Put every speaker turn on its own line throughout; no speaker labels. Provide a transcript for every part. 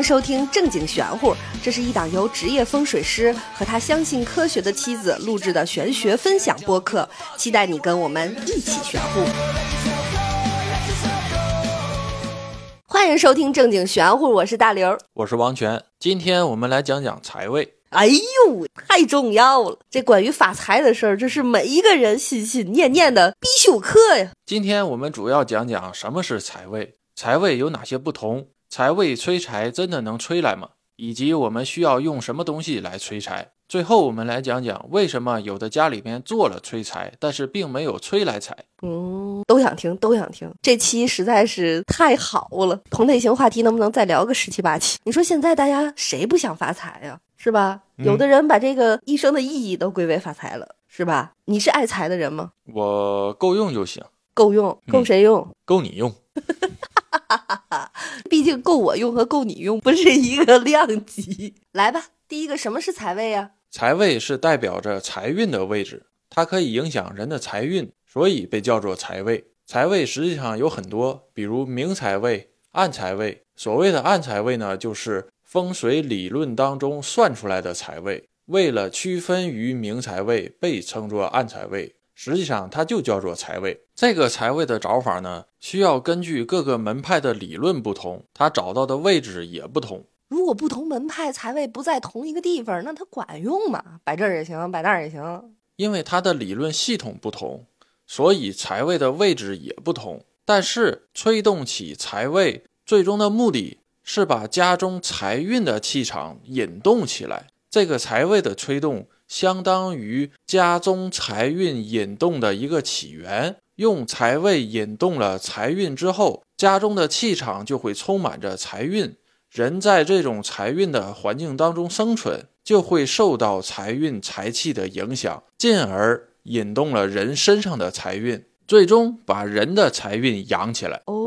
收听《正经玄乎》，这是一档由职业风水师和他相信科学的妻子录制的玄学分享播客，期待你跟我们一起玄乎。欢迎收听《正经玄乎》，我是大刘儿。
我是王权，今天我们来讲讲财位。
哎呦，太重要了！这关于发财的事儿，这是每一个人心心念念的必修课呀。
今天我们主要讲讲什么是财位，财位有哪些不同，财位催财真的能催来吗？以及我们需要用什么东西来催财。最后，我们来讲讲为什么有的家里面做了催财，但是并没有催来财。
嗯，都想听，都想听。这期实在是太好了，同类型话题能不能再聊个十七八期？你说现在大家谁不想发财呀、是吧？
嗯
有的人把这个一生的意义都归为发财了，是吧？你是爱财的人吗？
我够用就行，
够用，够
嗯
谁用？
够你用。
毕竟够我用和够你用不是一个量级。来吧，第一个什么是财位呀、
财位是代表着财运的位置，它可以影响人的财运，所以被叫做财位。财位实际上有很多，比如明财位、暗财位。所谓的暗财位呢，就是风水理论当中算出来的财位，为了区分于明财位，被称作暗财位。实际上，它就叫做财位。这个财位的找法呢，需要根据各个门派的理论不同，它找到的位置也不同。
如果不同门派财位不在同一个地方，那它管用吗？摆这儿也行，摆那儿也行。
因为它的理论系统不同，所以财位的位置也不同。但是推动起财位最终的目的是把家中财运的气场引动起来。这个财位的推动，相当于家中财运引动的一个起源。用财位引动了财运之后，家中的气场就会充满着财运。人在这种财运的环境当中生存，就会受到财运财气的影响，进而引动了人身上的财运，最终把人的财运养起来。
哦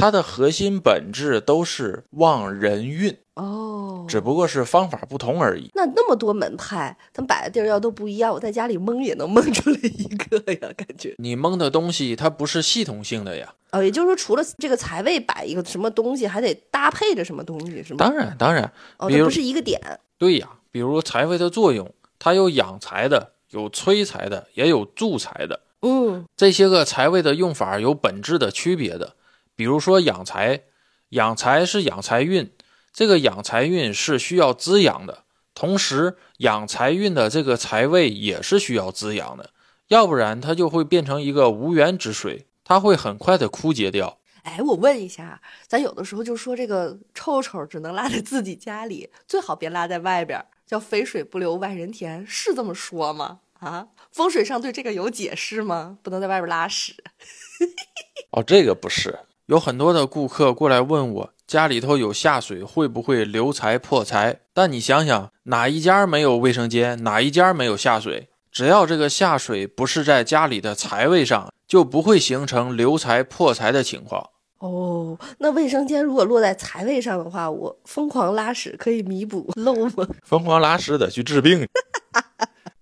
它的核心本质都是旺人运，
哦，
只不过是方法不同而已。
那那么多门派，咱摆的地儿要都不一样，我在家里蒙也能蒙出来一个呀，感觉。
你蒙的东西它不是系统性的呀，
哦，也就是说，除了这个财位摆一个什么东西，还得搭配着什么东西，是吗？
当然当然，
哦，
比
它
如
不是一个点。
对呀，比如财位的作用，它有养财的，有催财的，也有助财的。
嗯，
这些个财位的用法有本质的区别的。比如说养财，养财是养财运，这个养财运是需要滋养的，同时养财运的这个财位也是需要滋养的，要不然它就会变成一个无源之水，它会很快的枯竭掉。
哎，我问一下，咱有的时候就说这个臭臭只能拉在自己家里，最好别拉在外边儿，叫肥水不流外人田，是这么说吗？啊，风水上对这个有解释吗？不能在外边儿拉屎。
哦，这个不是，有很多的顾客过来问我，家里头有下水会不会流财破财？但你想想，哪一家没有卫生间，哪一家没有下水？只要这个下水不是在家里的财位上，就不会形成流财破财的情况。
哦，那卫生间如果落在财位上的话，我疯狂拉屎可以弥补漏吗？
疯狂拉屎得去治病。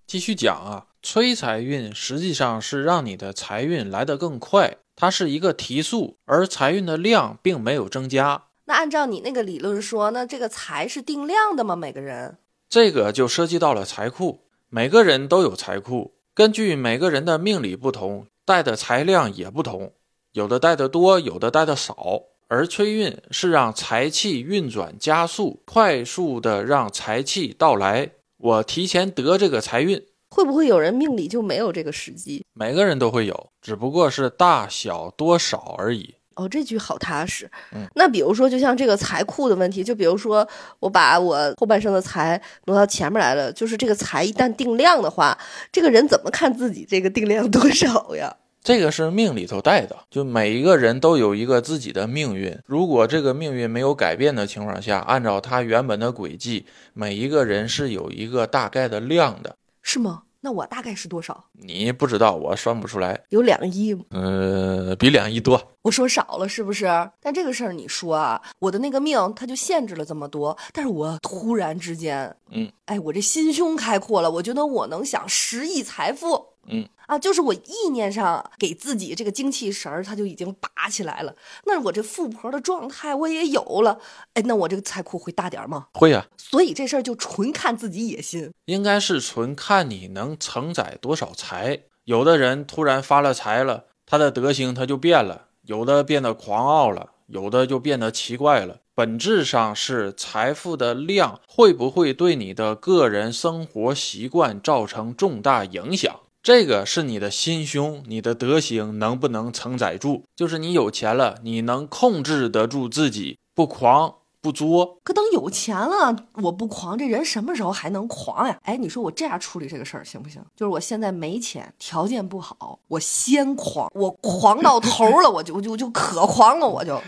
继续讲啊，催财运实际上是让你的财运来得更快，它是一个提速，而财运的量并没有增加。
那按照你那个理论说，那这个财是定量的吗？每个人？
这个就涉及到了财库，每个人都有财库，根据每个人的命理不同，带的财量也不同，有的带的多，有的带的少。而催运是让财气运转加速，快速的让财气到来。我提前得这个财运，
会不会有人命里就没有这个时机？
每个人都会有，只不过是大小多少而已。
哦，这句好踏实。
嗯
那比如说，就像这个财库的问题，就比如说我把我后半生的财挪到前面来了，就是这个财一旦定量的话，这个人怎么看自己这个定量多少呀？
这个是命里头带的，就每一个人都有一个自己的命运。如果这个命运没有改变的情况下，按照它原本的轨迹，每一个人是有一个大概的量的。
是吗？那我大概是多少？
你不知道，我算不出来。
有两亿吗？
呃，比两亿多。
我说少了是不是？但这个事儿你说啊，我的那个命它就限制了这么多，但是我突然之间，
嗯，
哎，我这心胸开阔了，我觉得我能想十亿财富，
嗯，
啊，就是我意念上给自己这个精气神儿，它就已经拔起来了。那我这富婆的状态我也有了，哎，那我这个财库会大点儿吗？
会啊呀、
所以这事儿就纯看自己野心。
应该是纯看你能承载多少财。有的人突然发了财了，他的德行他就变了，有的变得狂傲了，有的就变得奇怪了。本质上是财富的量会不会对你的个人生活习惯造成重大影响？这个是你的心胸，你的德行能不能承载住？就是你有钱了，你能控制得住自己，不狂不作，
可等有钱了，我不狂，这人什么时候还能狂呀？哎，你说我这样处理这个事儿行不行？就是我现在没钱，条件不好，我先狂，我狂到头了，我就我就我就可狂了，我就。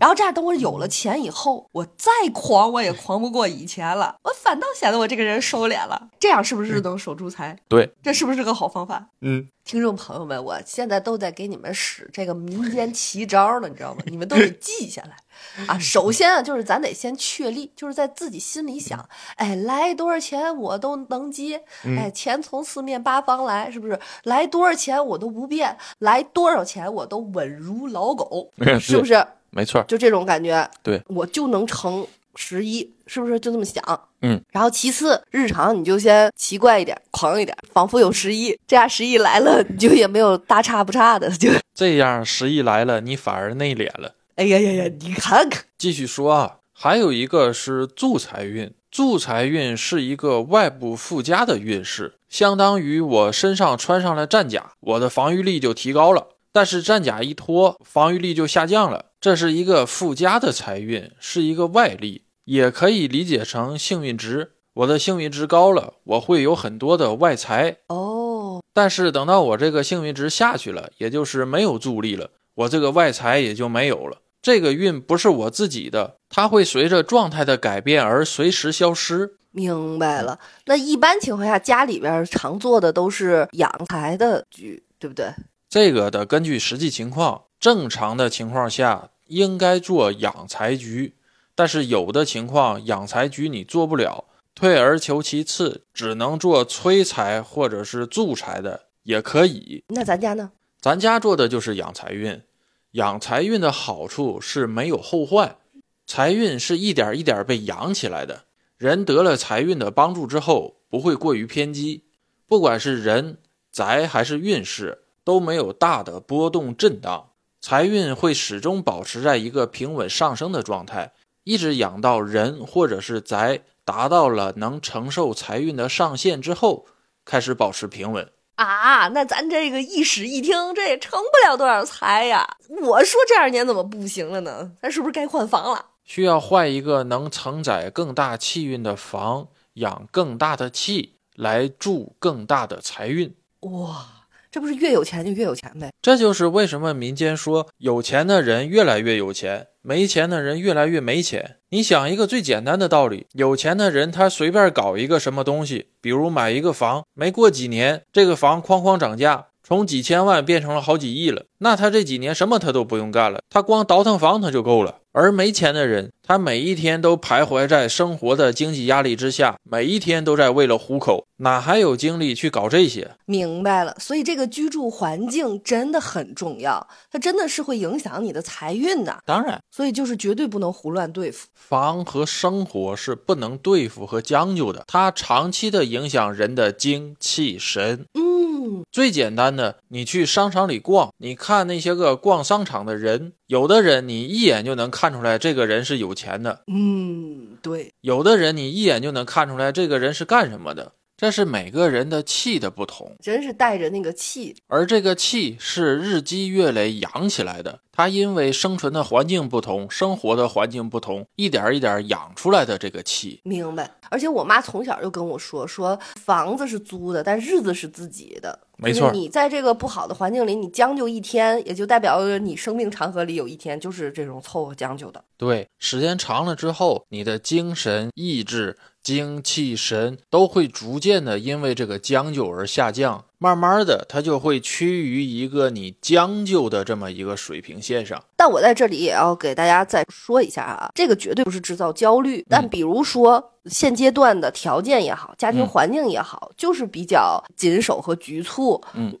然后这样，等我有了钱以后，我再狂，我也狂不过以前了，我反倒显得我这个人收敛了。这样是不是能守住财？
对，
这是不是个好方法？
嗯，
听众朋友们，我现在都在给你们使这个民间奇招呢，你知道吗？你们都得记下来。啊，首先啊，就是咱得先确立，就是在自己心里想，哎，来多少钱我都能接，哎，钱从四面八方来，是不是？来多少钱我都不变，来多少钱我都稳如老狗，是不是？
没错儿，
就这种感觉，
对
我就能乘十一，是不是？就这么想，
嗯。
然后其次，日常你就先奇怪一点，狂一点，仿佛有十一，这样十一来了，你就也没有大差不差的，就
这样十一来了，你反而内敛了。
哎呀呀呀，你看看，
继续说啊，还有一个是助财运，助财运是一个外部附加的运势，相当于我身上穿上了战甲，我的防御力就提高了。但是战甲一脱，防御力就下降了，这是一个附加的财运，是一个外力，也可以理解成幸运值。我的幸运值高了，我会有很多的外财，
哦，
但是等到我这个幸运值下去了，也就是没有助力了，我这个外财也就没有了。这个运不是我自己的，它会随着状态的改变而随时消失。
明白了。那一般情况下，家里边常做的都是养财的局，对不对？
这个得根据实际情况，正常的情况下应该做养财局，但是有的情况养财局你做不了，退而求其次，只能做催财或者是助财的也可以。
那咱家呢？
咱家做的就是养财运，养财运的好处是没有后患，财运是一点一点被养起来的。人得了财运的帮助之后，不会过于偏激，不管是人、宅还是运势，都没有大的波动震荡，财运会始终保持在一个平稳上升的状态，一直养到人或者是宅达到了能承受财运的上限之后，开始保持平稳。
啊，那咱这个一室一厅，这也成不了多少财呀！我说这二年怎么不行了呢？咱是不是该换房了？
需要换一个能承载更大气运的房，养更大的气，来助更大的财运。
哇，这不是越有钱就越有钱呗？
这就是为什么民间说有钱的人越来越有钱，没钱的人越来越没钱。你想一个最简单的道理：有钱的人他随便搞一个什么东西，比如买一个房，没过几年，这个房哐哐涨价，从几千万变成了好几亿了。那他这几年什么他都不用干了，他光倒腾房他就够了。而没钱的人，他每一天都徘徊在生活的经济压力之下，每一天都在为了糊口，哪还有精力去搞这些？
明白了，所以这个居住环境真的很重要，它真的是会影响你的财运的，
当然。
所以就是绝对不能胡乱对付。
房和生活是不能对付和将就的，它长期的影响人的精气神。
嗯，
最简单的，你去商场里逛，你看那些个逛商场的人，有的人你一眼就能看出来这个人是有钱的，
嗯，对，
有的人你一眼就能看出来这个人是干什么的。这是每个人的气的不同，
真是带着那个气，
而这个气是日积月累养起来的，它因为生存的环境不同，生活的环境不同，一点儿一点儿养出来的这个气。
明白。而且我妈从小就跟我说，说房子是租的，但日子是自己的。
没
就是
错儿
你在这个不好的环境里，你将就一天，也就代表着你生命长河里有一天就是这种凑合将就的。
对，时间长了之后，你的精神、意志、精气神都会逐渐的因为这个将就而下降，慢慢的它就会趋于一个你将就的这么一个水平线上。
但我在这里也要给大家再说一下啊，这个绝对不是制造焦虑，但比如说现阶段的条件也好，家庭
嗯
环境也好，就是比较谨守和局促。
嗯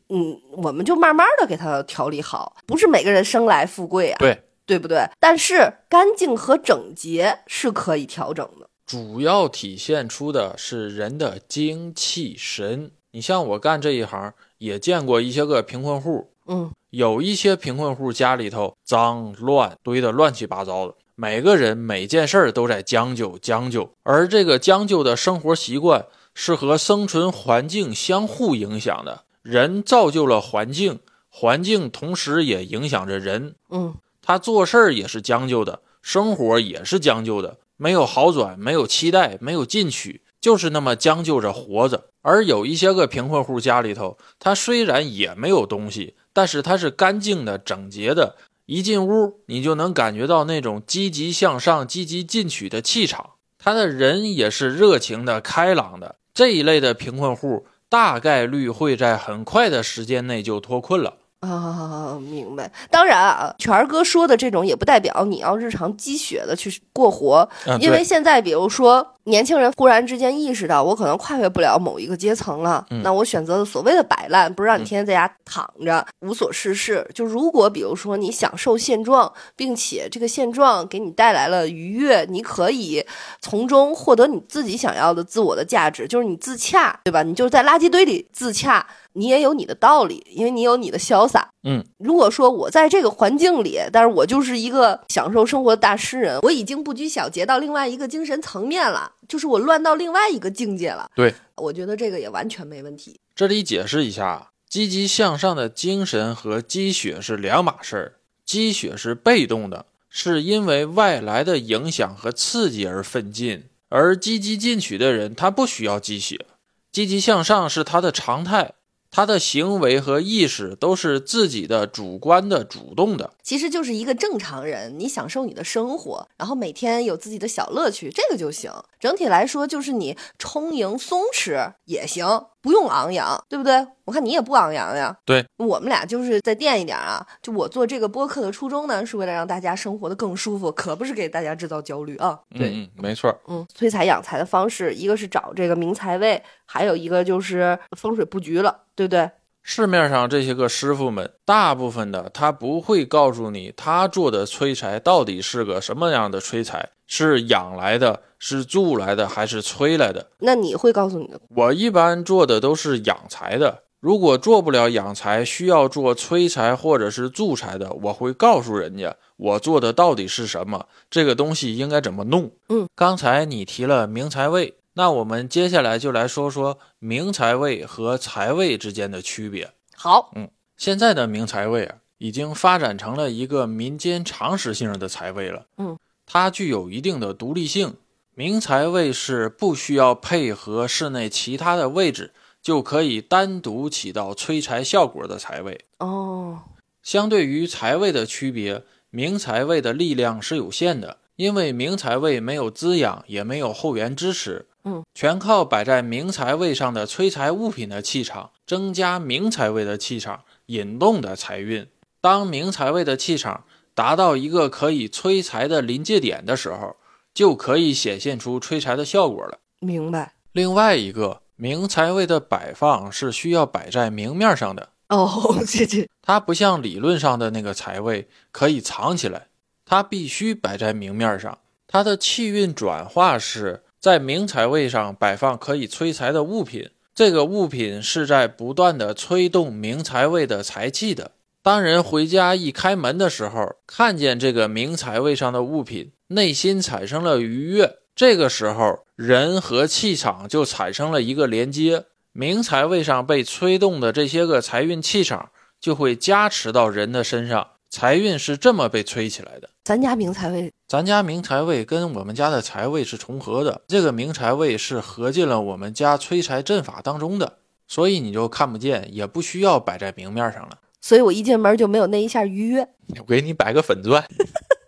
我们就慢慢的给它调理好，不是每个人生来富贵啊，
对，
对不对？但是干净和整洁是可以调整的。
主要体现出的是人的精气神。你像我干这一行，也见过一些个贫困户，
嗯，
有一些贫困户家里头脏乱堆得乱七八糟的，每个人每件事儿都在将就将就，而这个将就的生活习惯是和生存环境相互影响的，人造就了环境，环境同时也影响着人，
嗯，
他做事儿也是将就的，生活也是将就的，没有好转，没有期待，没有进取，就是那么将就着活着。而有一些个贫困户家里头，他虽然也没有东西，但是他是干净的、整洁的，一进屋你就能感觉到那种积极向上、积极进取的气场。他的人也是热情的、开朗的。这一类的贫困户，大概率会在很快的时间内就脱困了。
啊，明白。当然啊，权儿哥说的这种也不代表你要日常积雪的去过活，
嗯，
因为
对
现在比如说年轻人忽然之间意识到我可能跨越不了某一个阶层了，
嗯
那我选择的所谓的摆烂，不是让你
嗯
天天在家躺着、无所事事。就如果比如说你享受现状，并且这个现状给你带来了愉悦，你可以从中获得你自己想要的自我的价值，就是你自洽，对吧？你就在垃圾堆里自洽，你也有你的道理，因为你有你的潇洒。
嗯，
如果说我在这个环境里，但是我就是一个享受生活的大诗人，我已经不拘小节到另外一个精神层面了，就是我乱到另外一个境界了。
对，
我觉得这个也完全没问题。
这里解释一下，积极向上的精神和积雪是两码事儿。积雪是被动的，是因为外来的影响和刺激而奋进；而积极进取的人，他不需要积雪，积极向上是他的常态，他的行为和意识都是自己的主观的、主动的。
其实就是一个正常人，你享受你的生活，然后每天有自己的小乐趣，这个就行。整体来说，就是你充盈松弛也行，不用昂扬，对不对？我看你也不昂扬呀。
对，
我们俩就是再垫一点啊。就我做这个播客的初衷呢，是为了让大家生活的更舒服，可不是给大家制造焦虑啊。对，
嗯，嗯没错儿。
嗯，催财养财的方式，一个是找这个明财位，还有一个就是风水布局了，对不对？
市面上这些个师傅们，大部分的他不会告诉你他做的催财到底是个什么样的催财，是养来的，是住来的，还是催来的。
那你会告诉你的
我一般做的都是养财的，如果做不了养财，需要做催财或者是助财的，我会告诉人家我做的到底是什么，这个东西应该怎么弄。
嗯，
刚才你提了明财位，那我们接下来就来说说明财位和财位之间的区别。
好，
现在的明财位啊，已经发展成了一个民间常识性的财位了。
嗯，
它具有一定的独立性。明财位是不需要配合室内其他的位置，就可以单独起到催财效果的财位。
哦，
相对于财位的区别，明财位的力量是有限的，因为明财位没有滋养，也没有后援支持，
嗯，
全靠摆在明财位上的催财物品的气场，增加明财位的气场，引动的财运。当明财位的气场达到一个可以催财的临界点的时候，就可以显现出催财的效果了。
明白。
另外一个，明财位的摆放是需要摆在明面上的，
哦，这这，
它不像理论上的那个财位可以藏起来，它必须摆在明面上。它的气运转化是在明财位上摆放可以催财的物品，这个物品是在不断的催动明财位的财气的。当人回家一开门的时候，看见这个明财位上的物品，内心产生了愉悦。这个时候，人和气场就产生了一个连接。明财位上被催动的这些个财运气场，就会加持到人的身上，财运是这么被催起来的。
咱家明财位
咱家明财位跟我们家的财位是重合的，这个明财位是合进了我们家催财阵法当中的，所以你就看不见，也不需要摆在明面上了。
所以我一进门就没有那一下愉悦。
我给你摆个粉钻，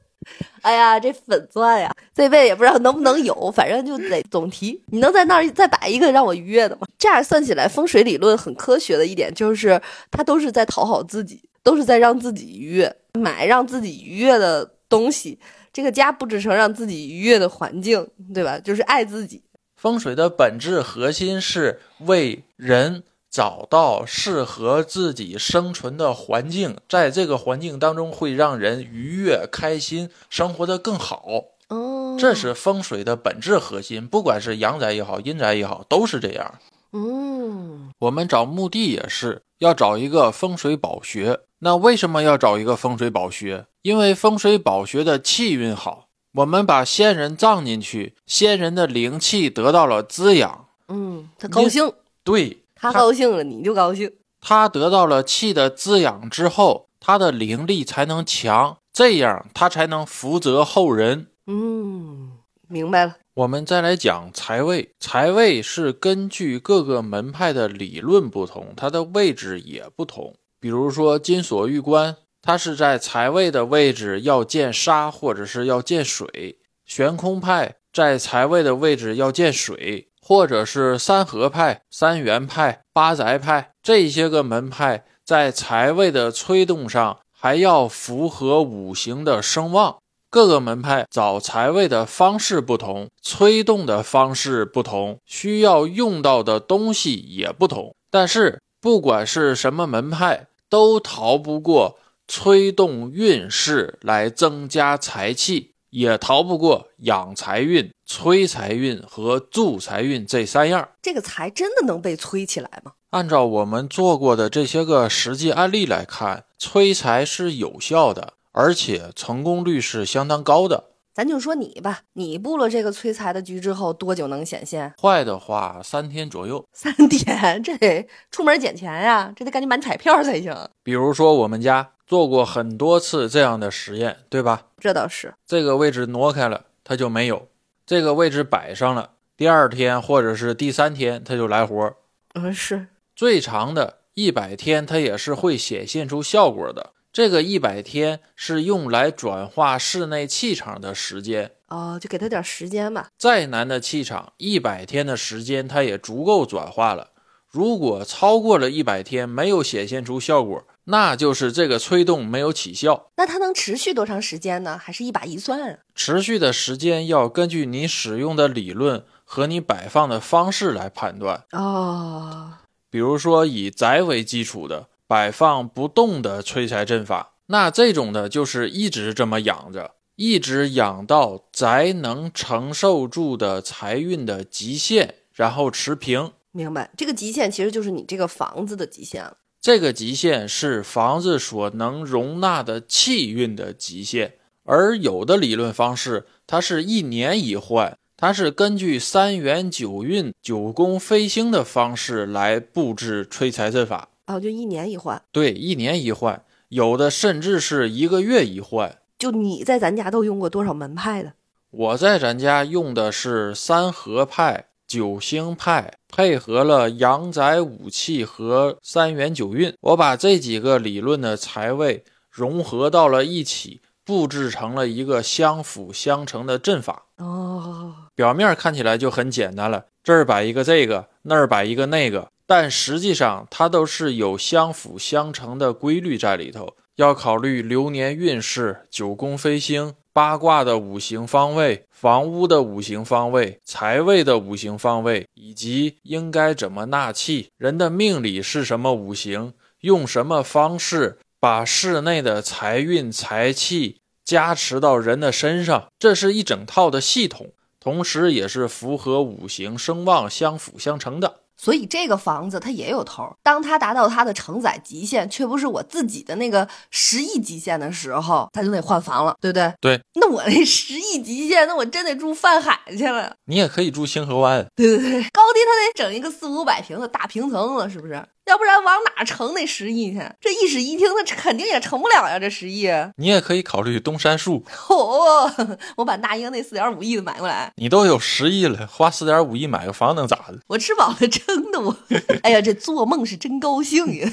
哎呀，这粉钻呀，这辈子也不知道能不能有，反正 就得总提。你能在那儿再摆一个让我愉悦的吗？这样算起来，风水理论很科学的一点就是，它都是在讨好自己，都是在让自己愉悦，买让自己愉悦的东西。这个家布置成让自己愉悦的环境，对吧？就是爱自己。
风水的本质核心是为人找到适合自己生存的环境，在这个环境当中会让人愉悦、开心，生活的更好。
哦
这是风水的本质核心，不管是阳宅也好，阴宅也好，都是这样。
嗯，
我们找墓地也是要找一个风水宝穴。那为什么要找一个风水宝穴？因为风水宝穴的气运好，我们把先人葬进去，先人的灵气得到了滋养，
嗯，他高兴，
对
他高兴了，你就高兴。
他得到了气的滋养之后，他的灵力才能强，这样他才能福泽后人。
嗯，明白了。
我们再来讲财位，财位是根据各个门派的理论不同，它的位置也不同。比如说金锁玉关，它是在财位的位置要见沙或者是要见水；悬空派在财位的位置要见水，或者是三合派、三元派、八宅派这些个门派在财位的催动上，还要符合五行的声望。各个门派找财位的方式不同，催动的方式不同，需要用到的东西也不同。但是，不管是什么门派，都逃不过催动运势来增加财气，也逃不过养财运、催财运和助财运这三样。
这个财真的能被催起来吗？
按照我们做过的这些个实际案例来看，催财是有效的，而且成功率是相当高的。
咱就说你吧，你布了这个催财的局之后，多久能显现？
坏的话三天左右。
三天，这得出门捡钱呀，这得赶紧买彩票才行。
比如说我们家做过很多次这样的实验，对吧？
这倒是，
这个位置挪开了，它就没有；这个位置摆上了，第二天或者是第三天它就来活儿。
嗯，是，
最长的一百天，它也是会显现出效果的。这个一百天是用来转化室内气场的时间。
哦，就给他点时间吧。
再难的气场，一百天的时间它也足够转化了。如果超过了一百天没有显现出效果，那就是这个催动没有起效。
那它能持续多长时间呢？还是一把一算啊？
持续的时间要根据你使用的理论和你摆放的方式来判断。
啊哦，
比如说，以宅为基础的摆放不动的催财阵法，那这种的就是一直这么养着，一直养到宅能承受住的财运的极限，然后持平。
明白。这个极限其实就是你这个房子的极限了。
这个极限是房子所能容纳的气运的极限，而有的理论方式，它是一年一换，它是根据三元九运、九宫飞星的方式来布置催财阵法。
哦，就一年一换。
对，一年一换，有的甚至是一个月一换。
就你在咱家都用过多少门派的？
我在咱家用的是三合派、九星派，配合了阳宅五气和三元九运，我把这几个理论的财位融合到了一起，布置成了一个相辅相成的阵法。
哦，
表面看起来就很简单了，这儿摆一个这个，那儿摆一个那个，但实际上它都是有相辅相成的规律在里头。要考虑流年运势、九宫飞星、八卦的五行方位、房屋的五行方位、财位的五行方位，以及应该怎么纳气，人的命理是什么五行，用什么方式把室内的财运、财气加持到人的身上，这是一整套的系统。同时也是符合五行声望相辅相成的。
所以这个房子它也有头儿。当它达到它的承载极限，却不是我自己的那个十亿极限的时候，它就得换房了，对不对？
对。
那我那十亿极限，那我真得住泛海去了，
你也可以住清河湾，
对 对对。高低它得整一个四五百平的大平层了，是不是？要不然往哪乘那十亿去？这一室一厅，它肯定也乘不了呀，这十亿。
你也可以考虑东山树。
哦，我把那英那四点五亿的买过来，
你都有十亿了，花四点五亿买个房能咋的？
我吃 饱了撑的我，哎呀，这做梦是真高兴呀！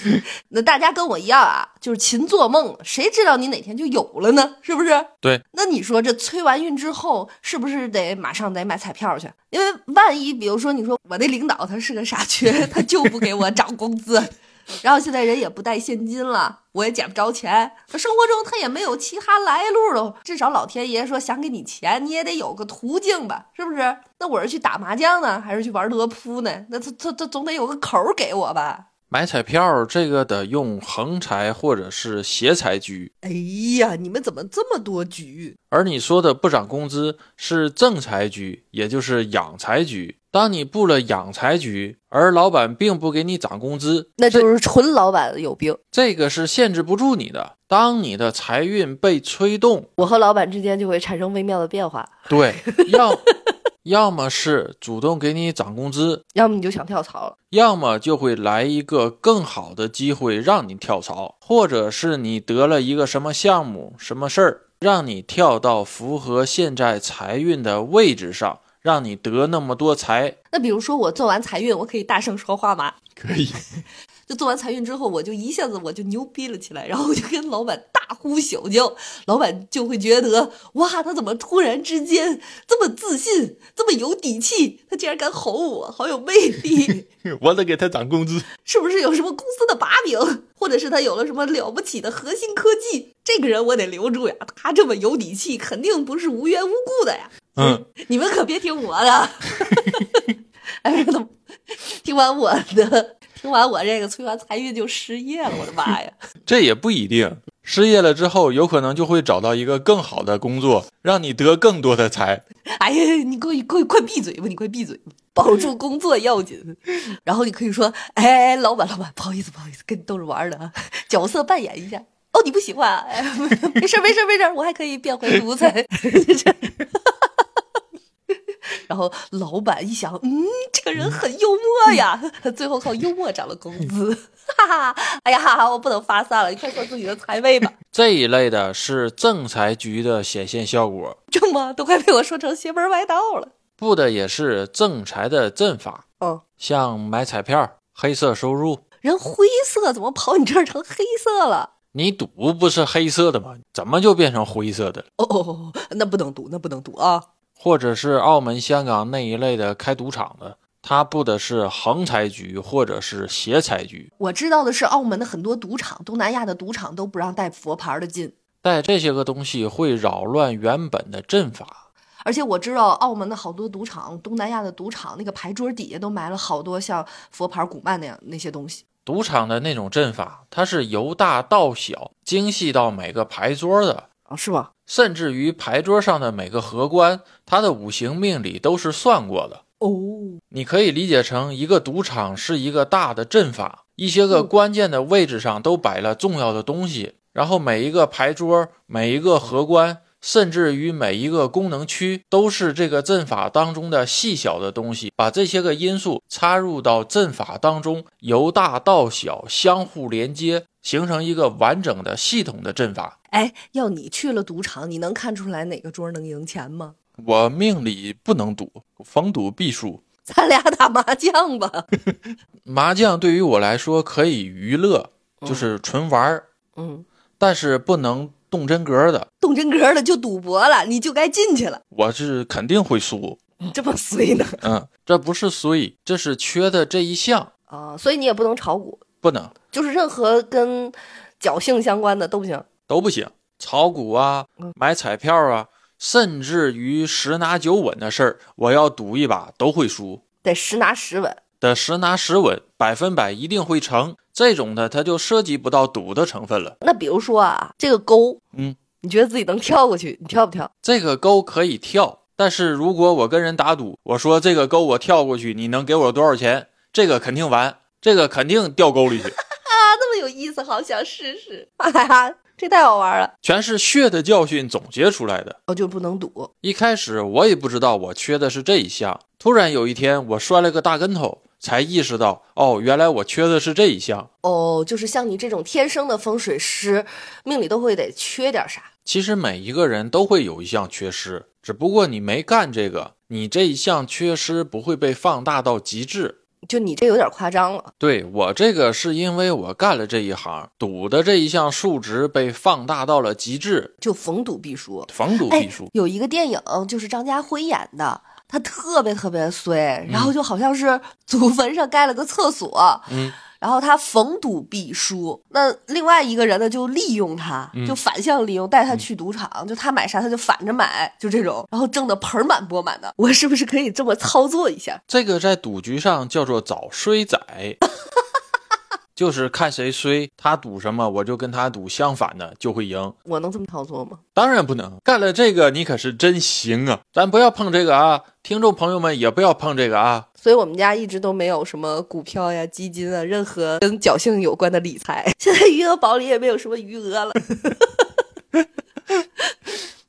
那大家跟我一样啊，就是勤做梦，谁知道你哪天就有了呢？是不是？
对。
那你说这催完运之后，是不是得马上得买彩票去？因为万一，比如说你说我那领导他是个傻缺，他就不给我涨工资，然后现在人也不带现金了，我也捡不着钱，生活中他也没有其他来路了，至少老天爷说想给你钱，你也得有个途径吧，是不是？那我是去打麻将呢，还是去玩乐扑呢？那他他他总得有个口儿给我吧？
买彩票这个得用横财或者是斜财局，
哎呀，你们怎么这么多局？
而你说的不涨工资是正财局，也就是养财局。当你布了养财局，而老板并不给你涨工资，
那
这
就是纯老板有病。
这个是限制不住你的。当你的财运被催动，
我和老板之间就会产生微妙的变化，
对，要要么是主动给你涨工资，
要么你就想跳槽了。
要么就会来一个更好的机会让你跳槽，或者是你得了一个什么项目、什么事儿，让你跳到符合现在财运的位置上，让你得那么多财。
那比如说我做完财运，我可以大声说话吗？
可以，
就做完财运之后，我就一下子我就牛逼了起来，然后我就跟老板大呼小叫，老板就会觉得哇，他怎么突然之间这么自信，这么有底气？他竟然敢吼我，好有魅力！
我得给他涨工资。
是不是有什么公司的把柄，或者是他有了什么了不起的核心科技？这个人我得留住呀，他这么有底气，肯定不是无缘无故的呀。
嗯，
你们可别听我的， 哎，怎么听完我的，听完我这个催完财运就失业了，我的妈呀！
这也不一定。失业了之后，有可能就会找到一个更好的工作，让你得更多的财。
哎呀，你给我给我快闭嘴吧，你快闭嘴吧，保住工作要紧。 然后你可以说，哎，老板，老板，不好意思，不好意思，跟你逗着玩儿的啊，角色扮演一下。哦，你不喜欢、啊？哎， 没事儿，没事儿，没事儿，我还可以变回奴才。 然后老板一想，嗯，这个人很幽默呀，最后靠幽默涨了工资， 哈哈！哎呀，哈哈，我不能发散了，你快说自己的财位吧，
这一类的是正财局的显现效果，
这么都快被我说成邪门歪道了。
布的也是正财的阵法。
嗯，
像买彩票、黑色收入，
人灰色怎么跑你这儿成黑色了？
你赌不是黑色的吗？怎么就变成灰色的了？
哦哦，哦那不能赌，那不能赌啊！
或者是澳门、香港那一类的开赌场的，它布的是横财局或者是斜财局，
我知道的是，澳门的很多赌场，东南亚的赌场都不让带佛牌的进，
带这些个东西会扰乱原本的阵法。
而且我知道澳门的好多赌场，东南亚的赌场那个牌桌底下都埋了好多像佛牌、古曼那样那些东西。
赌场的那种阵法，它是由大到小，精细到每个牌桌的，
啊，是吗？
甚至于牌桌上的每个荷官，它的五行命理都是算过的。
哦，
你可以理解成一个赌场是一个大的阵法，一些个关键的位置上都摆了重要的东西，然后每一个牌桌、每一个荷官，甚至于每一个功能区，都是这个阵法当中的细小的东西，把这些个因素插入到阵法当中，由大到小相互连接，形成一个完整的系统的阵法。
哎，要你去了赌场，你能看出来哪个桌能赢钱吗？
我命里不能赌，逢赌必输。
咱俩打麻将吧。
麻将对于我来说可以娱乐，就是纯玩儿，
嗯，
但是不能动真格儿的，
动真格了就赌博了，你就该进去了。
我是肯定会输。
你这么衰呢？
嗯，这不是衰，这是缺的这一项
啊，所以你也不能炒股，
不能
就是任何跟侥幸相关的都不行。
都不行。炒股啊
嗯，
买彩票啊，甚至于十拿九稳的事儿，我要赌一把都会输。
得十拿十稳。
的十拿十稳，百分百一定会成，这种的它就涉及不到赌的成分了。
那比如说啊，这个沟，
嗯，
你觉得自己能跳过去，你跳不跳？
这个沟可以跳，但是如果我跟人打赌，我说这个沟我跳过去，你能给我多少钱？这个肯定完，这个肯定掉沟里去，
啊，那么有意思，好想试试。 哎呀，这太好玩了。
全是血的教训总结出来的。
我就不能赌，
一开始我也不知道我缺的是这一项，突然有一天我摔了个大跟头，才意识到哦，原来我缺的是这一项。
哦，就是像你这种天生的风水师，命里都会得缺点啥。
其实每一个人都会有一项缺失，只不过你没干这个，你这一项缺失不会被放大到极致。
就你这有点夸张了。
对我这个是因为我干了这一行，赌的这一项数值被放大到了极致，
就逢赌必输。
逢赌
哎
必输。
有一个电影就是张家辉演的，他特别特别
嗯
衰，然后就好像是祖坟上盖了个厕所，
嗯，
然后他逢赌必输。那另外一个人呢，就利用他，就反向利用，带他去赌场，就他买啥他就反着买，就这种，然后挣得盆满钵满的。我是不是可以这么操作一下？
这个在赌局上叫做早衰仔，就是看谁衰，他赌什么我就跟他赌相反的就会赢。
我能这么操作吗？
当然不能，干了这个你可是真行啊！咱不要碰这个啊，听众朋友们也不要碰这个啊。
所以我们家一直都没有什么股票呀、基金啊，任何跟侥幸有关的理财。 现在余额宝里也没有什么余额了。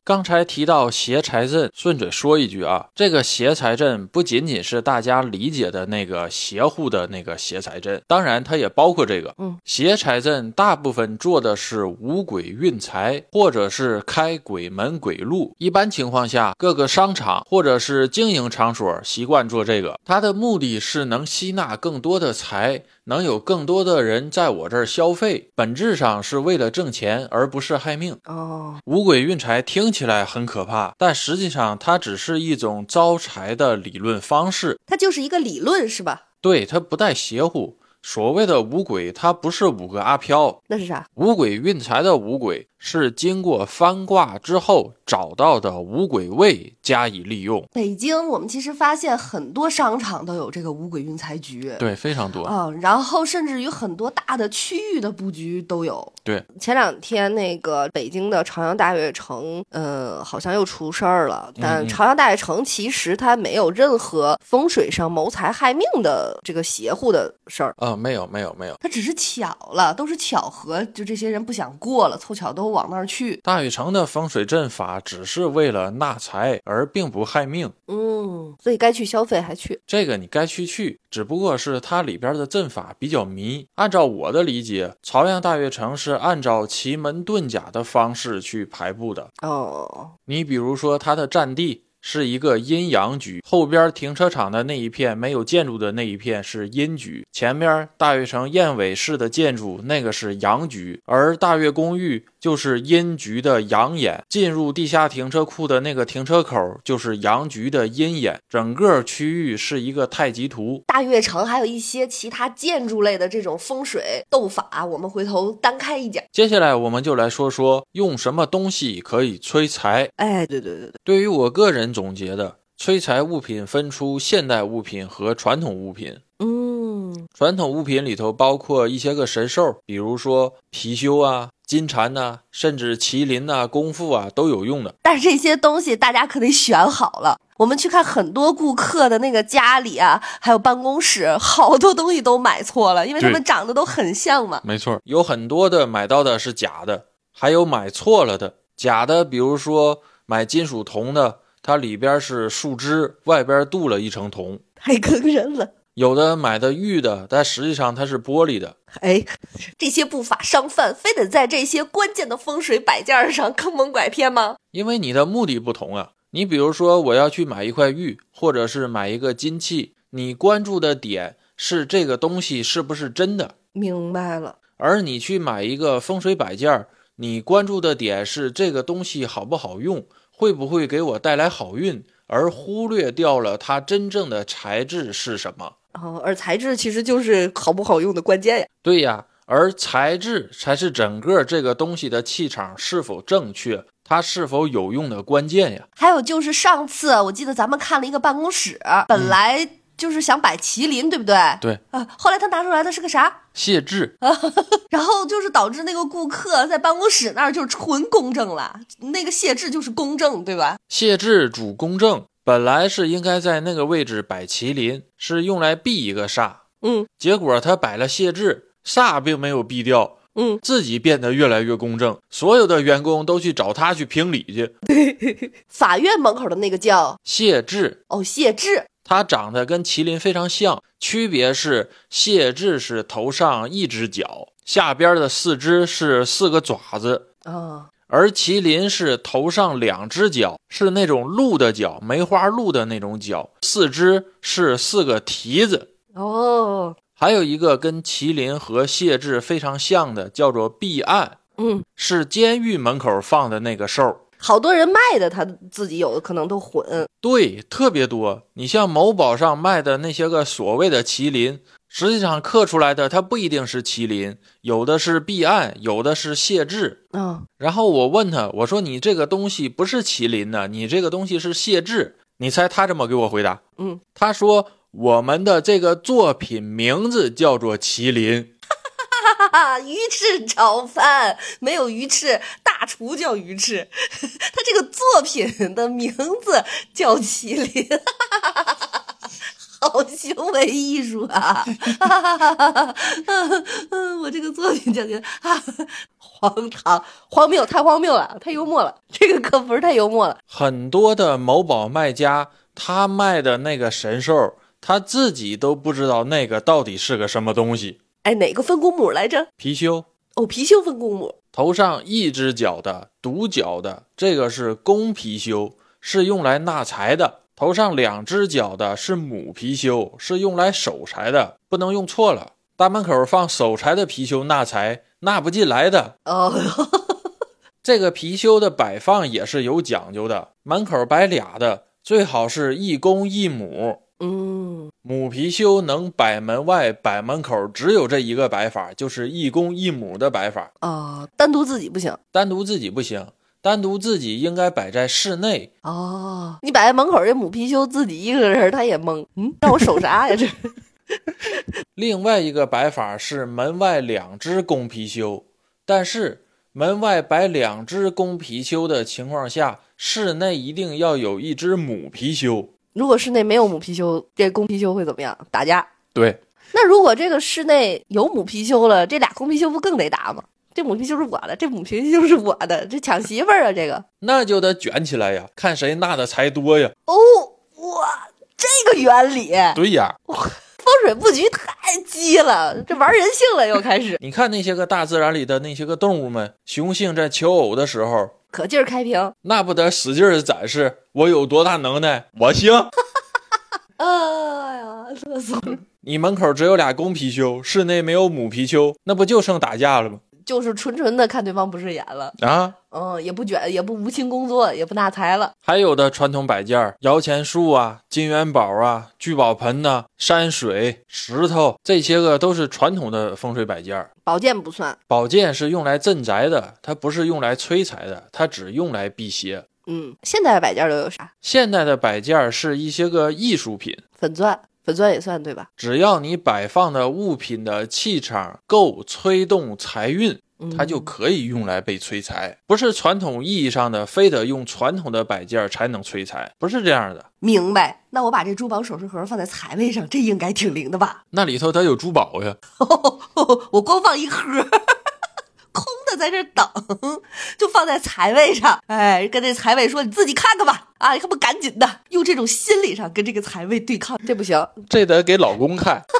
刚才提到邪财阵，顺嘴说一句啊，这个邪财阵不仅仅是大家理解的那个邪乎的那个邪财阵，当然它也包括这个。
嗯，
邪财阵大部分做的是五鬼运财，或者是开鬼门鬼路。一般情况下，各个商场或者是经营场所习惯做这个，它的目的是能吸纳更多的财，能有更多的人在我这儿消费，本质上是为了挣钱，而不是害命。
哦，
五鬼运财听起来很可怕，但实际上它只是一种招财的理论方式，
它就是一个理论是吧？
对，它不带邪乎。所谓的五鬼，它不是五个阿飘，
那是啥？
五鬼运财的五鬼是经过翻卦之后找到的五鬼位加以利用，
北京，我们其实发现很多商场都有这个五鬼运财局。
对，非常多。
啊、然后甚至于很多大的区域的布局都有。
对，
前两天那个北京的朝阳大悦城，呃，好像又出事儿了。但
嗯嗯
朝阳大悦城其实它没有任何风水上谋财害命的这个邪乎的事儿。
啊，没有没有没有，
它只是巧了，都是巧合，就这些人不想过了，凑巧都往那儿去。
大禹城的风水阵法只是为了纳财，而并不害命。
嗯，所以该去消费还去。
这个你该去去，只不过是它里边的阵法比较迷。按照我的理解，朝阳大悦城是按照奇门遁甲的方式去排布的。
哦，
你比如说，它的占地是一个阴阳局，后边停车场的那一片没有建筑的那一片是阴局，前面大悦城燕尾市的建筑那个是阳局，而大悦公寓就是阴局的阳眼，进入地下停车库的那个停车口就是阳局的阴眼，整个区域是一个太极图。
大悦城还有一些其他建筑类的这种风水斗法，我们回头单开一讲。
接下来我们就来说说用什么东西可以催财。
哎，对对对对，
对于我个人总结的，催财物品分出现代物品和传统物品。
嗯，
传统物品里头包括一些个神兽，比如说貔貅啊、金蝉呐、甚至麒麟呐、功夫啊都有用的。
但是这些东西大家可得选好了。我们去看很多顾客的那个家里啊，还有办公室，好多东西都买错了，因为他
对
们长得都很像嘛。
没错，有很多的买到的是假的，还有买错了的。假的，比如说买金属铜的，它里边是树枝，外边镀了一层铜；
太坑人了！
有的买的玉的，但实际上它是玻璃的。
哎，这些不法商贩非得在这些关键的风水摆件上坑蒙拐骗吗？
因为你的目的不同啊。你比如说，我要去买一块玉，或者是买一个金器，你关注的点是这个东西是不是真的，
明白了，
而你去买一个风水摆件儿，你关注的点是这个东西好不好用，会不会给我带来好运，而忽略掉了它真正的材质是什么。
哦，而材质其实就是好不好用的关键呀。
对呀，而材质才是整个这个东西的气场是否正确，它是否有用的关键呀。
还有就是上次啊我记得咱们看了一个办公室，本来就是想摆麒麟，对不对？
嗯对，
啊，后来他拿出来的是个啥？
谢志，
然后就是导致那个顾客在办公室那儿就是纯公正了，那个谢志就是公正，对吧？
谢志主公正，本来是应该在那个位置摆麒麟，是用来避一个煞。
嗯
结果他摆了谢志，煞并没有避掉，
嗯，
自己变得越来越公正，所有的员工都去找他去评理去。
法院门口的那个叫
谢志，
哦谢志，
他长得跟麒麟非常像，区别是谢志是头上一只脚，下边的四肢是四个爪子。
啊、
而麒麟是头上两只脚，是那种鹿的脚，梅花鹿的那种脚，四肢是四个蹄子。
哦，
还有一个跟麒麟和谢志非常像的，叫做避案，
嗯，
是监狱门口放的那个兽儿。
好多人卖的他自己有的可能都混，
对，特别多。你像某宝上卖的那些个所谓的麒麟，实际上刻出来的它不一定是麒麟，有的是避案，有的是谢志。
嗯
然后我问他，我说你这个东西不是麒麟呢，你这个东西是谢志。你猜他怎么给我回答？
嗯，
他说我们的这个作品名字叫做麒麟。
哈哈， 鱼翅炒饭没有鱼翅，大厨叫鱼翅， 他这个作品的名字叫麒麟， 好行为艺术啊！ 嗯嗯，我这个作品叫麒麟，啊荒唐、荒谬，太荒谬了，太幽默了，这个可不是太幽默了。
很多的某宝卖家，他卖的那个神兽，他自己都不知道那个到底是个什么东西。
哎，哪个分公母来着？
貔貅。
哦，貔貅分公母。
头上一只角的独角的，这个是公貔貅，是用来纳财的；头上两只角的是母貔貅，是用来守财的，不能用错了。大门口放守财的貔貅纳财，纳不进来的。
哦，
这个貔貅的摆放也是有讲究的，门口摆俩的，最好是一公一母。
嗯，
母貔貅能摆门外，摆门口，只有这一个摆法，就是一公一母的摆法。
哦，单独自己不行。
单独自己不行，单独自己应该摆在室内。
哦，你摆在门口这母貔貅自己一个人，他也懵，嗯，让我守啥呀？这
另外一个摆法是门外两只公貔貅，但是门外摆两只公貔貅的情况下，室内一定要有一只母貔貅。
如果室内没有母貔貅，这公貔貅会怎么样？打架。
对，
那如果这个室内有母貔貅了，这俩公貔貅不更得打吗？这母貔貅是我的，这母貔貅是我的，这抢媳妇儿啊！这个
那就得卷起来呀，看谁纳的财多呀。
哦，哇，这个原理，
对呀，
风水布局太鸡了，这玩人性了又开始，
你看那些个大自然里的那些个动物们，雄性在求偶的时候，
可劲儿开屏。
那不得使劲的展示我有多大能耐，我行。
哎呀，乐死我了！
你门口只有俩公貔貅，室内没有母貔貅，那不就剩打架了吗？
就是纯纯的看对方不顺眼了。
啊，
嗯，也不卷，也不无情工作，也不纳财了。
还有的传统摆件儿，摇钱树啊、金元宝啊、聚宝盆呐、山水、石头，这些个都是传统的风水摆件儿。
保健不算，
宝剑是用来镇宅的，它不是用来催财的，它只用来辟邪。
嗯，现代摆件都有啥？
现代的摆件儿是一些个艺术品，
粉钻，粉钻也算对吧？
只要你摆放的物品的气场够催动财运，
嗯，
它就可以用来被催财，不是传统意义上的非得用传统的摆件儿才能催财，不是这样的。
明白。那我把这珠宝首饰盒放在财位上，这应该挺灵的吧？
那里头它有珠宝呀，
我光放一盒，空的在这儿等，就放在财位上。哎，跟这财位说，你自己看看吧。啊，你看不赶紧的，用这种心理上跟这个财位对抗，这不行。
这得给老公看。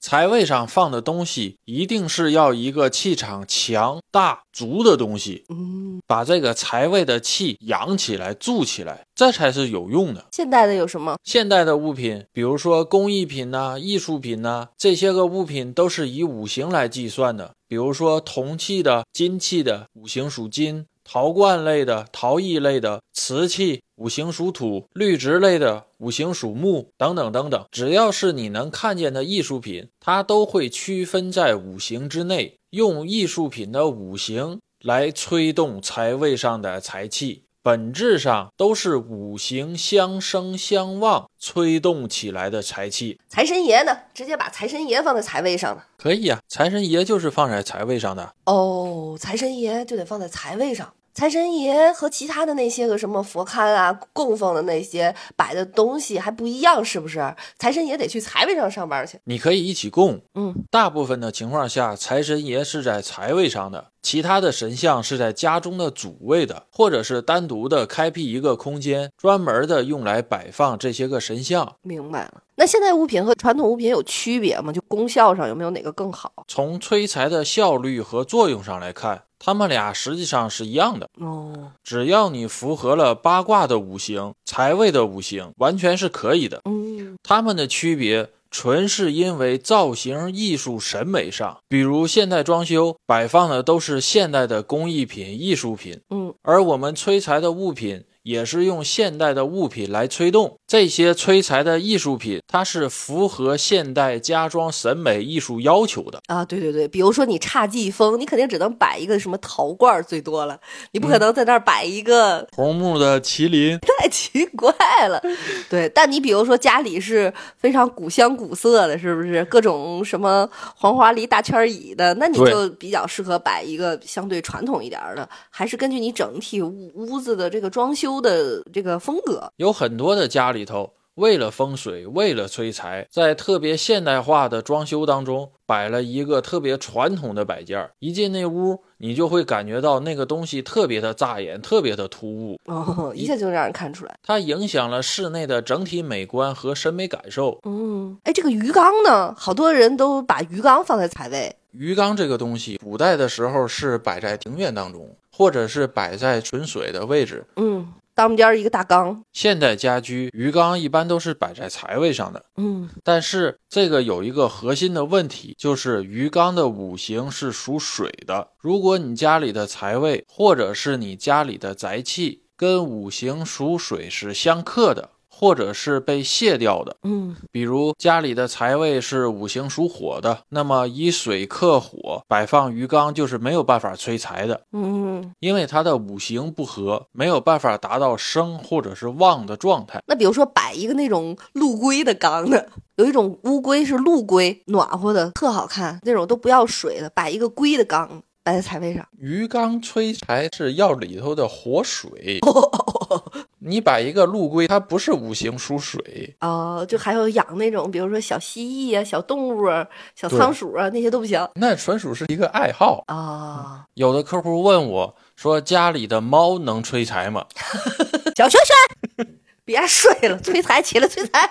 财位上放的东西一定是要一个气场强大足的东西，
嗯，
把这个财位的气养起来、筑起来，这才是有用的。
现代的有什么？
现代的物品，比如说工艺品呐、艺术品呐、这些个物品都是以五行来计算的。比如说铜器的、金器的，五行属金；陶罐类的、陶艺类的；瓷器，五行属土；绿植类的，五行属木，等等等等。只要是你能看见的艺术品，它都会区分在五行之内，用艺术品的五行来催动财位上的财气。本质上都是五行相生相旺催动起来的财气。
财神爷呢？直接把财神爷放在财位上了。
可以啊，财神爷就是放在财位上的。
哦，财神爷就得放在财位上。财神爷和其他的那些个什么佛龛啊、供奉的那些摆的东西还不一样，是不是？财神爷得去财位上上班去。
你可以一起供。
嗯，
大部分的情况下，财神爷是在财位上的，其他的神像是在家中的主位的，或者是单独的开辟一个空间，专门的用来摆放这些个神像。
明白了。那现代物品和传统物品有区别吗？就功效上有没有哪个更好？
从催财的效率和作用上来看，它们俩实际上是一样的。
哦，
只要你符合了八卦的五行、财位的五行，完全是可以的。
嗯，
它们的区别纯是因为造型艺术审美上，比如现代装修摆放的都是现代的工艺品、艺术品，
嗯，
而我们催财的物品也是用现代的物品来催动。这些催财的艺术品，它是符合现代家装审美艺术要求的。
啊，对对对，比如说你侘寂风，你肯定只能摆一个什么陶罐儿最多了，你不可能在那儿摆一个，
红木的麒麟，
太奇怪了。对，但你比如说家里是非常古香古色的，是不是？各种什么黄花梨大圈儿椅的，那你
对
就比较适合摆一个相对传统一点儿的，还是根据你整体屋屋子的这个装修的这个风格。
有很多的家里头，为了风水，为了催财，在特别现代化的装修当中，摆了一个特别传统的摆件儿。一进那屋，你就会感觉到那个东西特别的扎眼，特别的突兀，
哦，一下就让人看出来。
它影响了室内的整体美观和审美感受。
嗯，哎，这个鱼缸呢，好多人都把鱼缸放在财位。
鱼缸这个东西，古代的时候是摆在庭院当中，或者是摆在纯水的位置。
嗯，当间儿一个大缸。
现代家居鱼缸一般都是摆在财位上的，
嗯，
但是这个有一个核心的问题，就是鱼缸的五行是属水的。如果你家里的财位或者是你家里的宅气跟五行属水是相克的，或者是被卸掉的，
嗯，
比如家里的财位是五行属火的，那么以水克火，摆放鱼缸就是没有办法催财的，
嗯，
因为它的五行不合，没有办法达到生或者是旺的状态。
那比如说摆一个那种陆龟的缸呢，有一种乌龟是陆龟，暖和的，特好看，那种都不要水的，摆一个龟的缸摆在财位上。
鱼缸催财是要里头的活 水。你摆一个陆龟，它不是五行属水，
哦、就还有养那种，比如说小蜥蜴啊、小动物啊、小
对嗯
仓鼠啊，那些都不行。
那纯属是一个爱好。
啊、
有的客户问我说：“家里的猫能催财吗
小轩轩，别睡了，催财起来，催 财，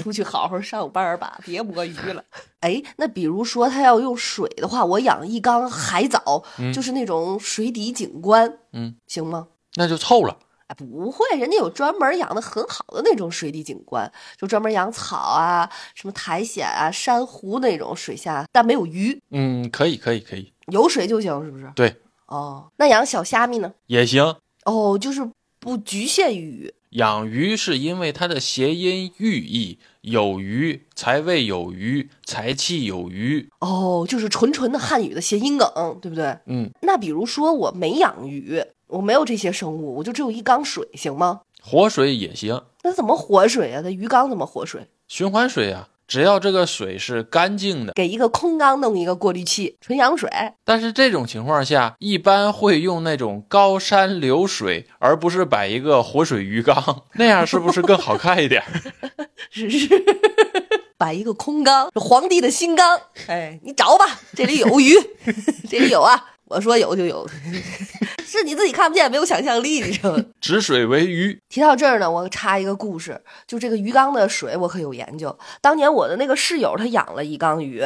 出去好好上班吧，别摸鱼了。哎，那比如说他要用水的话，我养一缸海藻，
嗯
就是那种水底景观，
嗯，
行吗？？”
那就凑了。
哎，不会，人家有专门养的很好的那种水底景观，就专门养草啊，什么苔藓啊、珊瑚那种水下，但没有鱼，
嗯，可以，可以，可以，
有水就行，是不是？
对。
哦，那养小虾米呢？
也行。
哦，就是不局限于鱼。
养鱼是因为它的谐音寓意有余，财位有余，财气有余。
哦，就是纯纯的汉语的谐音梗，对不对？
嗯，
那比如说我没养鱼，我没有这些生物，我就只有一缸水，行吗？
活水也行，
那怎么活水啊？那鱼缸怎么活水？
循环水啊，只要这个水是干净的。
给一个空缸弄一个过滤器，纯养水。
但是这种情况下，一般会用那种高山流水，而不是摆一个活水鱼缸，那样是不是更好看一点？
是 是，摆一个空缸，是皇帝的新缸。哎，你找吧，这里有鱼，这里有啊。我说有就有， 是你自己看不见，没有想象力，你知道吗？
止水为鱼，
提到这儿呢，我插一个故事，就这个鱼缸的水，我可有研究。当年我的那个室友，他养了一缸鱼，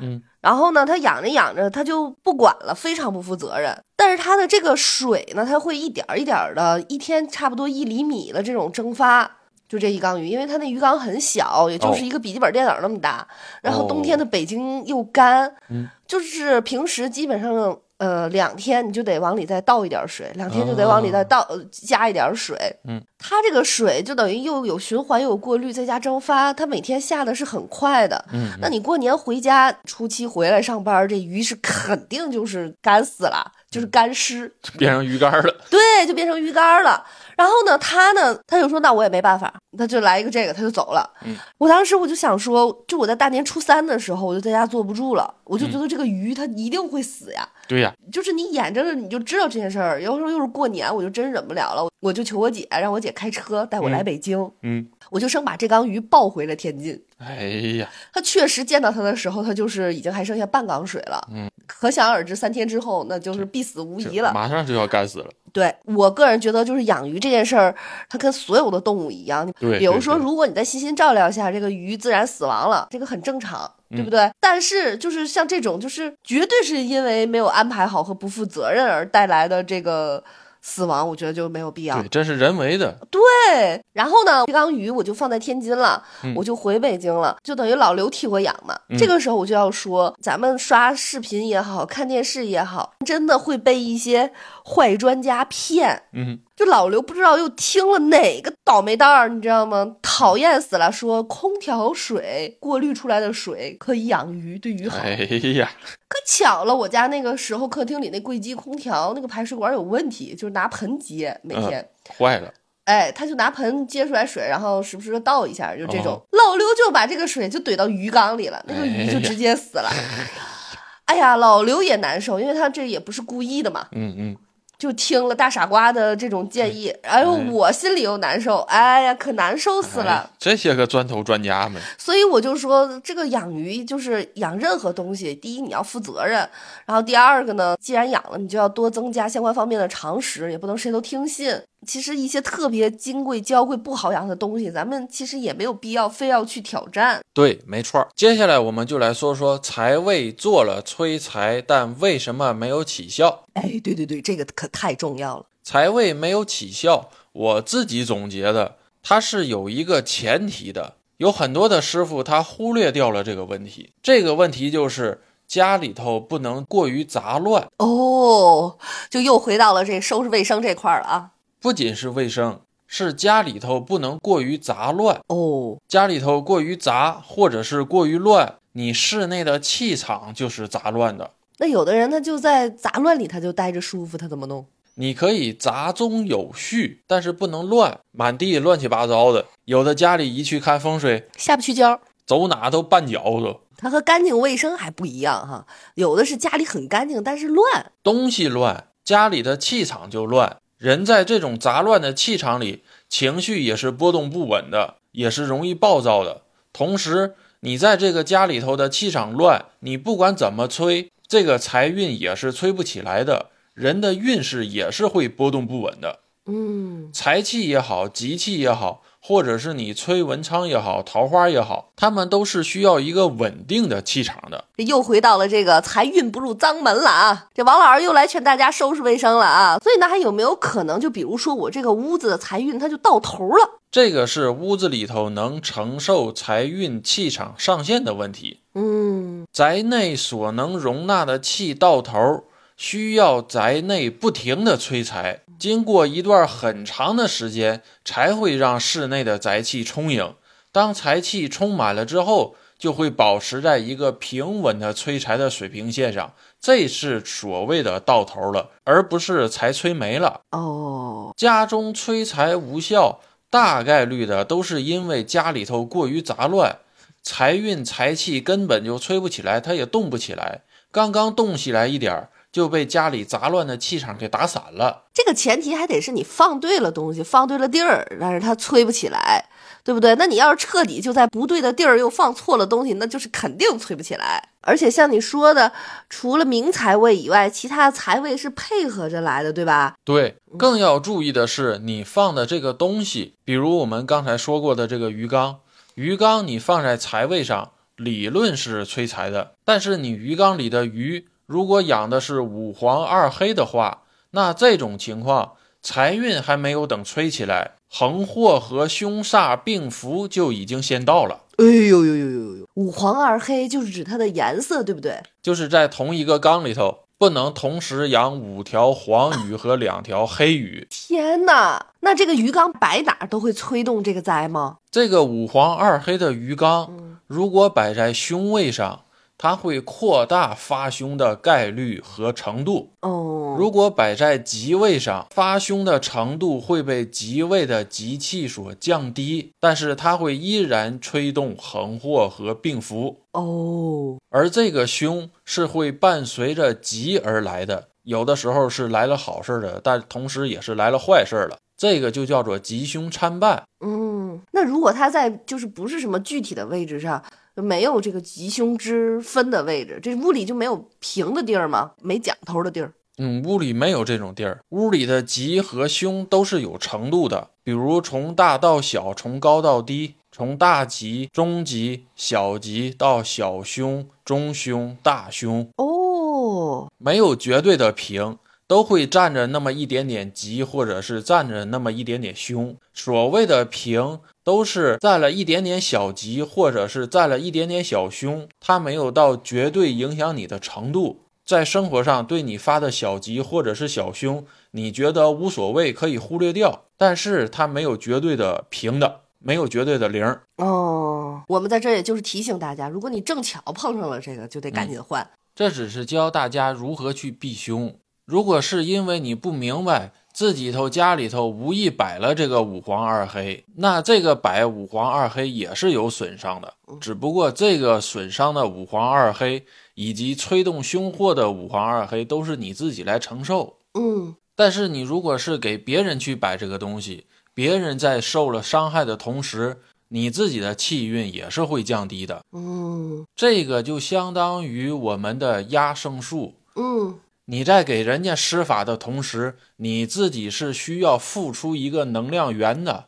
嗯，
然后呢，他养着养着，他就不管了，非常不负责任。但是他的这个水呢，他会一点儿一点儿的，一天差不多一厘米的这种蒸发。就这一缸鱼，因为他那鱼缸很小，也就是一个笔记本电脑那么大。然后冬天的北京又干，
嗯
就是平时基本上呃两天你就得往里再倒一点儿水，两天就得往里
啊
再倒、呃加一点儿水。
嗯
它这个水就等于又有循环又有过滤，再加蒸发，它每天下的是很快的。
嗯，
那你过年回家初七回来上班，这鱼是肯定就是干死了，就是干尸，
变成鱼竿了。
对，就变成鱼干了。然后呢，他呢，他就说那我也没办法，他就来一个这个，他就走了。
嗯
我当时我就想说，就我在大年初三的时候，我就在家坐不住了，我
嗯
就觉得这个鱼它一定会死呀。
对呀、
就是你眼睁着你就知道这件事儿，有时候又是过年，我就真忍不了了，我就求我姐，让我姐开车带我来
嗯
北京，
嗯，
我就生把这缸鱼抱回了天津。
哎呀，
他确实见到他的时候，他就是已经还剩下半缸水了，
嗯，
可想而知，三天之后那就是必死无
这
疑了。
马上就要干死了。
对我个人觉得，就是养鱼这件事儿，它跟所有的动物一样。
对
比如
对
说，
对
如果你在细心照料下，这个鱼自然死亡了，这个很正常，对
嗯
不对？但是就是像这种，就是绝对是因为没有安排好和不负责任而带来的这个
死亡，我觉得就没有必要
对，。这是人为的，
对，然后呢，这缸鱼我就放在天津了，
嗯
我就回北京了，就等于老刘替我养嘛。
嗯
这个时候我就要说，咱们刷视频也好看电视也好，真的会被一些坏专家骗。
嗯，
就老刘不知道又听了哪个倒霉蛋儿，你知道吗？讨厌死了！说空调水过滤出来的水可以养鱼，对鱼好。
哎呀，
可巧了，我家那个时候客厅里那柜机空调那个排水管有问题，就是拿盆接每
嗯
天。
坏了，
哎，他就拿盆接出来水，然后时不时的倒一下，就这种。
哦
老刘就把这个水就怼到鱼缸里了，那个鱼就
哎呀
直接死了。 哎呀，老刘也难受，因为他这也不是故意的嘛，
嗯嗯，
就听了大傻瓜的这种建议，哎呦，
哎
我心里又难受，哎呀，可难受死了。
哎这些个砖头专家们，
所以我就说，这个养鱼就是养任何东西，第一你要负责任，然后第二个呢，既然养了，你就要多增加相关方面的常识，也不能谁都听信。其实一些特别金贵、娇贵、不好养的东西，咱们其实也没有必要非要去挑战。
对，没错儿。接下来我们就来说说财位做了催财，但为什么没有起效？
哎，对对对，这个可太重要了。
财位没有起效，我自己总结的，它是有一个前提的。有很多的师傅他忽略掉了这个问题，这个问题就是家里头不能过于杂乱，
哦，就又回到了这收拾卫生这块儿了啊。
不仅是卫生，是家里头不能过于杂乱。
哦，
家里头过于杂或者是过于乱，你室内的气场就是杂乱的。
那有的人他就在杂乱里，他就待着舒服，他怎么弄？
你可以杂中有序，但是不能乱，满地乱七八糟的。有的家里一去看风水，
下不去焦。
走哪都绊脚都，
它和干净卫生还不一样哈，有的是家里很干净，但是乱。
东西乱，家里的气场就乱。人在这种杂乱的气场里，情绪也是波动不稳的，也是容易暴躁的。同时，你在这个家里头的气场乱，你不管怎么催，这个财运也是催不起来的，人的运势也是会波动不稳的。
嗯，
财气也好，吉气也好，或者是你催文昌也好，桃花也好，他们都是需要一个稳定的气场的。
这又回到了这个财运不入脏门了啊！这王老师又来劝大家收拾卫生了啊！
所以呢，还有没有可能，就比如说我这个屋子的财运它就到头了？
这个是屋子里头能承受财运气场上限的问题。
嗯，
宅内所能容纳的气到头，需要宅内不停的催财，经过一段很长的时间，才会让室内的宅气充盈。当财气充满了之后，就会保持在一个平稳的催财的水平线上，这是所谓的到头了，而不是财催没了。
哦，
家中催财无效，大概率的都是因为家里头过于杂乱，财运财气根本就催不起来，它也动不起来。刚刚动起来一点儿，就被家里杂乱的气场给打散了。
这个前提还得是你放对了东西，放对了地儿，但是它催不起来，对不对？那你要是彻底就在不对的地儿又放错了东西，那就是肯定催不起来。
而且像你说的，除了明财位以外，其他的财位是配合着来的，对吧？
对，更要注意的是，你放的这个东西，比如我们刚才说过的这个鱼缸，鱼缸你放在财位上，理论是催财的，但是你鱼缸里的鱼如果养的是五黄二黑的话，那这种情况财运还没有等催起来，横祸和凶煞并伏就已经先到了。
哎呦呦呦呦呦！
五黄二黑就是指它的颜色，对不对？
就是在同一个缸里头，不能同时养五条黄鱼和两条黑鱼。
天呐，那这个鱼缸摆哪儿都会催动这个灾吗？
这个五黄二黑的鱼缸，如果摆在凶位上，它会扩大发凶的概率和程度；
哦，
如果摆在吉位上，发凶的程度会被吉位的吉气所降低，但是它会依然吹动横祸和病符。
哦，
而这个凶是会伴随着吉而来的，有的时候是来了好事儿的，但同时也是来了坏事儿了。这个就叫做吉凶参半。
嗯，那如果它在就是不是什么具体的位置上，没有这个吉凶之分的位置，这屋里就没有平的地儿吗？没讲头的地儿。
嗯，屋里没有这种地儿，屋里的吉和凶都是有程度的，比如从大到小，从高到低，从大吉、中吉、小吉到小凶、中凶、大凶，
哦，
没有绝对的平。都会占着那么一点点急，或者是占着那么一点点凶。所谓的平，都是占了一点点小急，或者是占了一点点小凶，它没有到绝对影响你的程度。在生活上对你发的小急或者是小凶，你觉得无所谓，可以忽略掉，但是它没有绝对的平的，没有绝对的零。
哦，
我们在这儿也就是提醒大家，如果你正巧碰上了这个，就得
嗯
赶紧换。
这只是教大家如何去避凶。如果是因为你不明白自己头家里头无意摆了这个五黄二黑，那这个摆五黄二黑也是有损伤的，只不过这个损伤的五黄二黑以及催动凶祸的五黄二黑都是你自己来承受。
嗯，
但是你如果是给别人去摆这个东西，别人在受了伤害的同时，你自己的气运也是会降低的。
嗯，
这个就相当于我们的压生术。
嗯，
你在给人家施法的同时，你自己是需要付出一个能量源的，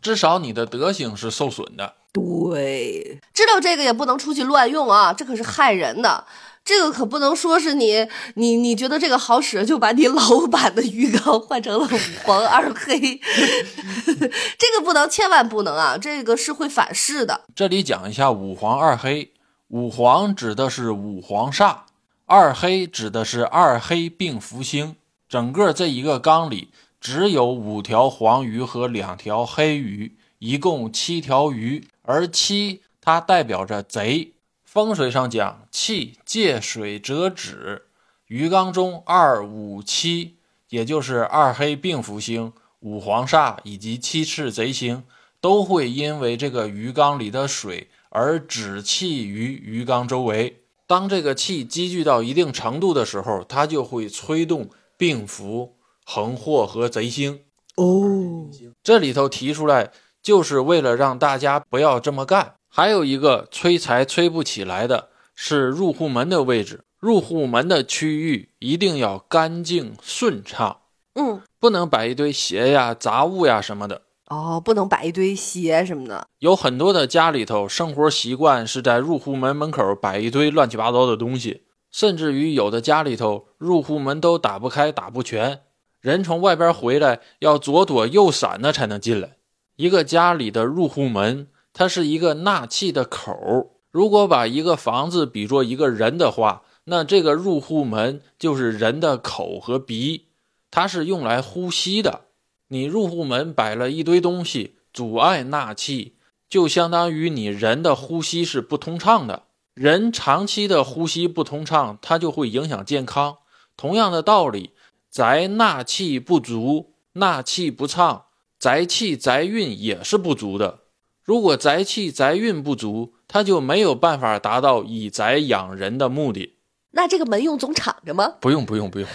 至少你的德行是受损的。
对，
知道这个也不能出去乱用啊，这可是害人的。这个可不能说是你你你觉得这个好使，就把你老版的鱼缸换成了五黄二黑， 这个不能，千万不能啊！这个是会反噬的。
这里讲一下五黄二黑，五黄指的是五黄煞，二黑指的是二黑并福星。整个这一个缸里只有五条黄鱼和两条黑鱼，一共七条鱼，而七它代表着贼。风水上讲，气借水折止，鱼缸中二五七，也就是二黑并福星、五黄煞以及七赤贼星，都会因为这个鱼缸里的水而止气于鱼缸周围。当这个气积聚到一定程度的时候，它就会催动病符、横祸和贼星。
哦，
这里头提出来，就是为了让大家不要这么干。还有一个催财催不起来的是入户门的位置，入户门的区域一定要干净顺畅，
嗯，
不能摆一堆鞋呀、杂物呀什么的。
哦，不能摆一堆鞋什么的。
有很多的家里头生活习惯是在入户门门口摆一堆乱七八糟的东西，甚至于有的家里头入户门都打不开、打不全，人从外边回来要左躲右闪的才能进来。一个家里的入户门，它是一个纳气的口儿。如果把一个房子比作一个人的话，那这个入户门就是人的口和鼻，它是用来呼吸的。你入户门摆了一堆东西，阻碍纳气，就相当于你人的呼吸是不通畅的。人长期的呼吸不通畅，它就会影响健康。同样的道理，宅纳气不足，纳气不畅，宅气宅运也是不足的。如果宅气宅运不足，它就没有办法达到以宅养人的目的。
那这个门用总敞着吗？
不用，不用，不用。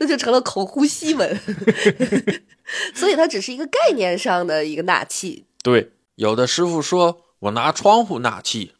那就成了口呼吸门， 所以它只是一个概念上的一个纳气。
对，有的师傅说我拿窗户纳气，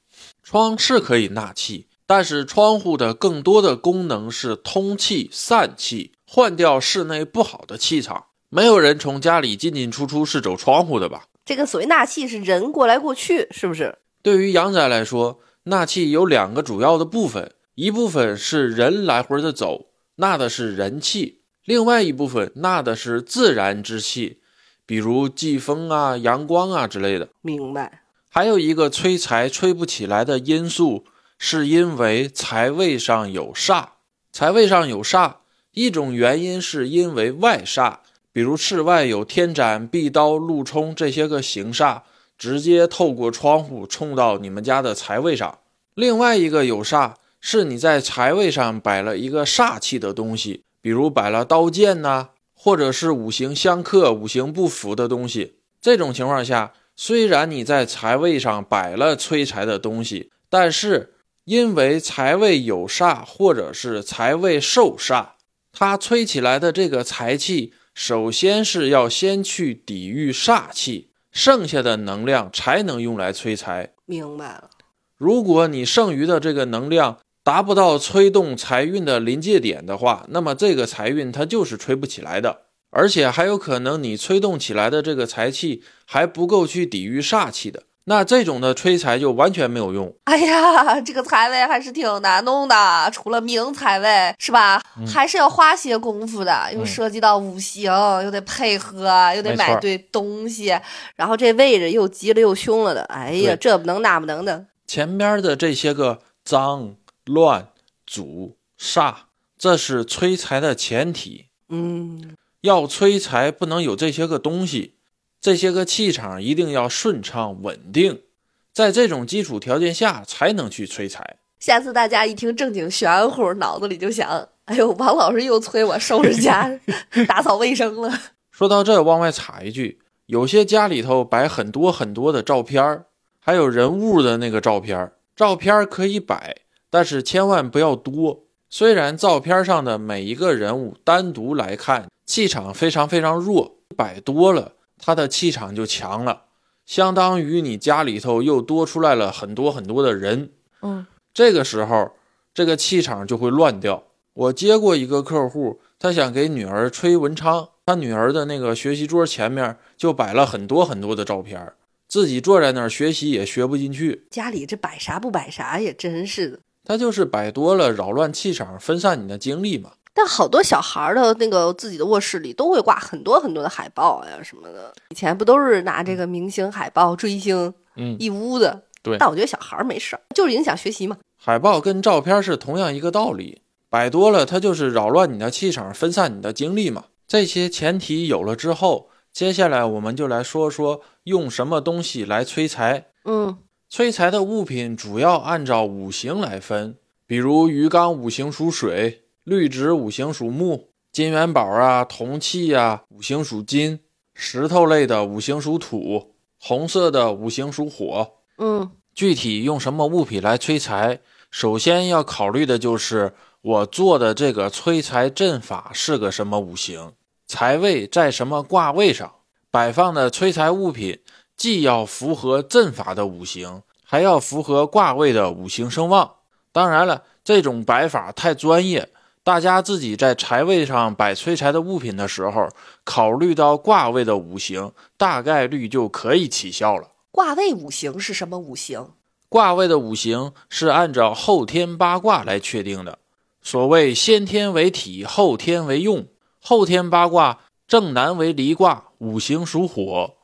窗是可以纳气，但是窗户的更多的功能是通气、散气，换掉室内不好的气场。没有人从家里进进出出是走窗户的吧？
这个所谓纳气是人过来过去，是不是？
对于阳宅来说，纳气有两个主要的部分，一部分是人来回的走，纳的是人气；另外一部分纳的是自然之气，比如季风啊、阳光啊之类的。
明白。
还有一个催财催不起来的因素，是因为财位上有煞。财位上有煞，一种原因是因为外煞，比如室外有天斩、壁刀、路冲这些个行煞，直接透过窗户冲到你们家的财位上。另外一个有煞是你在财位上摆了一个煞气的东西，比如摆了刀剑呐、或者是五行相克、五行不符的东西。这种情况下，虽然你在财位上摆了催财的东西，但是因为财位有煞或者是财位受煞，它催起来的这个财气，首先是要先去抵御煞气，剩下的能量才能用来催财。
明白了，
如果你剩余的这个能量达不到催动财运的临界点的话，那么这个财运它就是吹不起来的，而且还有可能你催动起来的这个财气还不够去抵御煞气的，那这种的催财就完全没有用。
哎呀，这个财位还是挺难弄的，除了明财位是吧，还是要花些功夫的，又
嗯
涉及到五行，又得配合，又得
没错
买
儿
对东西，
然后这位置又急了又凶了的，哎呀，
对
这不能那不能的，
前边的这些个脏、乱、阻、煞，这是催财的前提。
嗯，
要催财，不能有这些个东西，这些个气场一定要顺畅稳定，在这种基础条件下才能去催财。
下次大家一听正经玄乎，脑子里就想：“哎呦，王老师又催我收拾家、 打扫卫生了。
说到这，往外插一句，有些家里头摆很多很多的照片儿，还有人物的那个照片儿，照片儿可以摆，但是千万不要多。虽然照片上的每一个人物单独来看气场非常非常弱，摆多了他的气场就强了，相当于你家里头又多出来了很多很多的人。”
嗯，
这个时候这个气场就会乱掉。我接过一个客户，他想给女儿吹文昌，他女儿的那个学习桌前面就摆了很多很多的照片儿，自己坐在那儿学习也学不进去。
家里这摆啥不摆啥也真是的。
他就是摆多了，扰乱气场，分散你的精力嘛。
但好多小孩儿的那个自己的卧室里都会挂很多很多的海报呀什么的，以前不都是拿这个明星海报追星
嗯，
一屋子？
对
但我觉得小孩儿没事儿，就是影响学习嘛。
海报跟照片是同样一个道理，摆多了它就是扰乱你的气场，分散你的精力嘛。这些前提有了之后，接下来我们就来说说用什么东西来催财。
嗯，
催财的物品主要按照五行来分，比如鱼缸五行属水，绿植五行属木，金元宝啊、铜器啊五行属金，石头类的五行属土，红色的五行属火。
嗯，
具体用什么物品来催财，首先要考虑的就是我做的这个催财阵法是个什么五行，财位在什么卦位上，摆放的催财物品既要符合阵法的五行，还要符合卦位的五行声望。当然了，这种摆法太专业，大家自己在财位上摆催财的物品的时候，考虑到卦位的五行，大概率就可以起效了。
卦位五行是什么五行？
卦位的五行是按照后天八卦来确定的。所谓先天为体，后天为用。后天八卦正南为离卦，五行属火；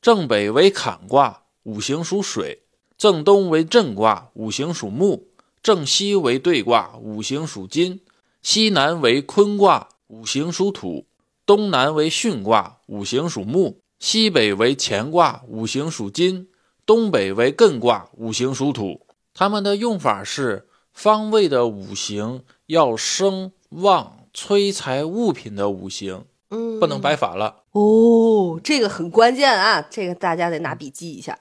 正北为坎卦，五行属水；正东为震卦，五行属木；正西为兑卦，五行属金；西南为坤卦，五行属土；东南为巽卦，五行属木；西北为乾卦，五行属金；东北为艮卦，五行属土。它们的用法是方位的五行要生旺催财物品的五行，
嗯，
不能摆反了。
哦，这个很关键啊，这个大家得拿笔记一下。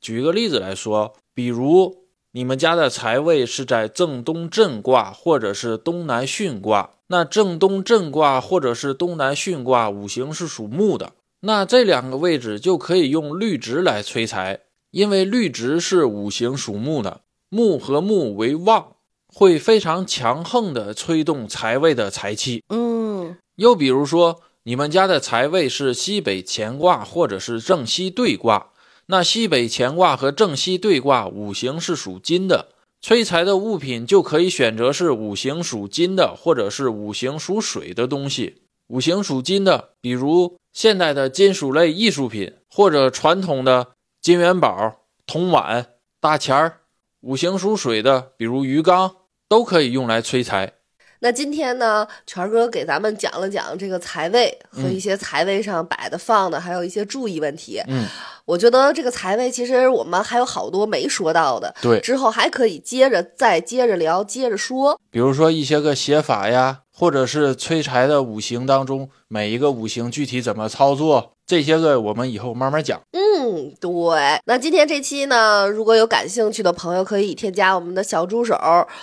举个例子来说，比如你们家的财位是在正东震卦或者是东南巽卦，那正东震卦或者是东南巽卦五行是属木的，那这两个位置就可以用绿植来催财，因为绿植是五行属木的，木和木为旺，会非常强横的催动财位的财气。
嗯，
又比如说，你们家的财位是西北乾卦或者是正西兑卦，那西北乾卦和正西兑卦五行是属金的，催财的物品就可以选择是五行属金的或者是五行属水的东西。五行属金的，比如现代的金属类艺术品，或者传统的金元宝、铜碗、大钱儿；五行属水的，比如鱼缸，都可以用来催财。
那今天呢，权哥给咱们讲了讲这个财位和一些财位上摆的、放的，还有一些注意问题。
嗯，
我觉得这个财位其实我们还有好多没说到的，
对
之后还可以接着再接着聊，接着说。
比如说一些个写法呀，或者是催财的五行当中每一个五行具体怎么操作，这些个我们以后慢慢讲。
嗯，对。那今天这期呢，如果有感兴趣的朋友，可以添加我们的小助手，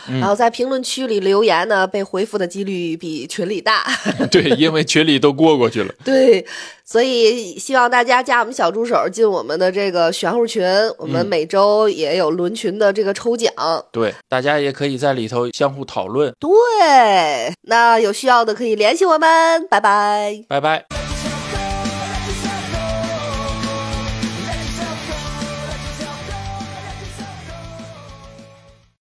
嗯
然后在评论区里留言呢，被回复的几率比群里 大。
对，因为群里都过过去了。
对，所以希望大家加我们小助手进我们的这个玄乎群，我们
嗯
每周也有轮群的这个抽奖。
对，大家也可以在里头相互讨论。
对，那有需要的可以联系我们，拜拜。
拜拜。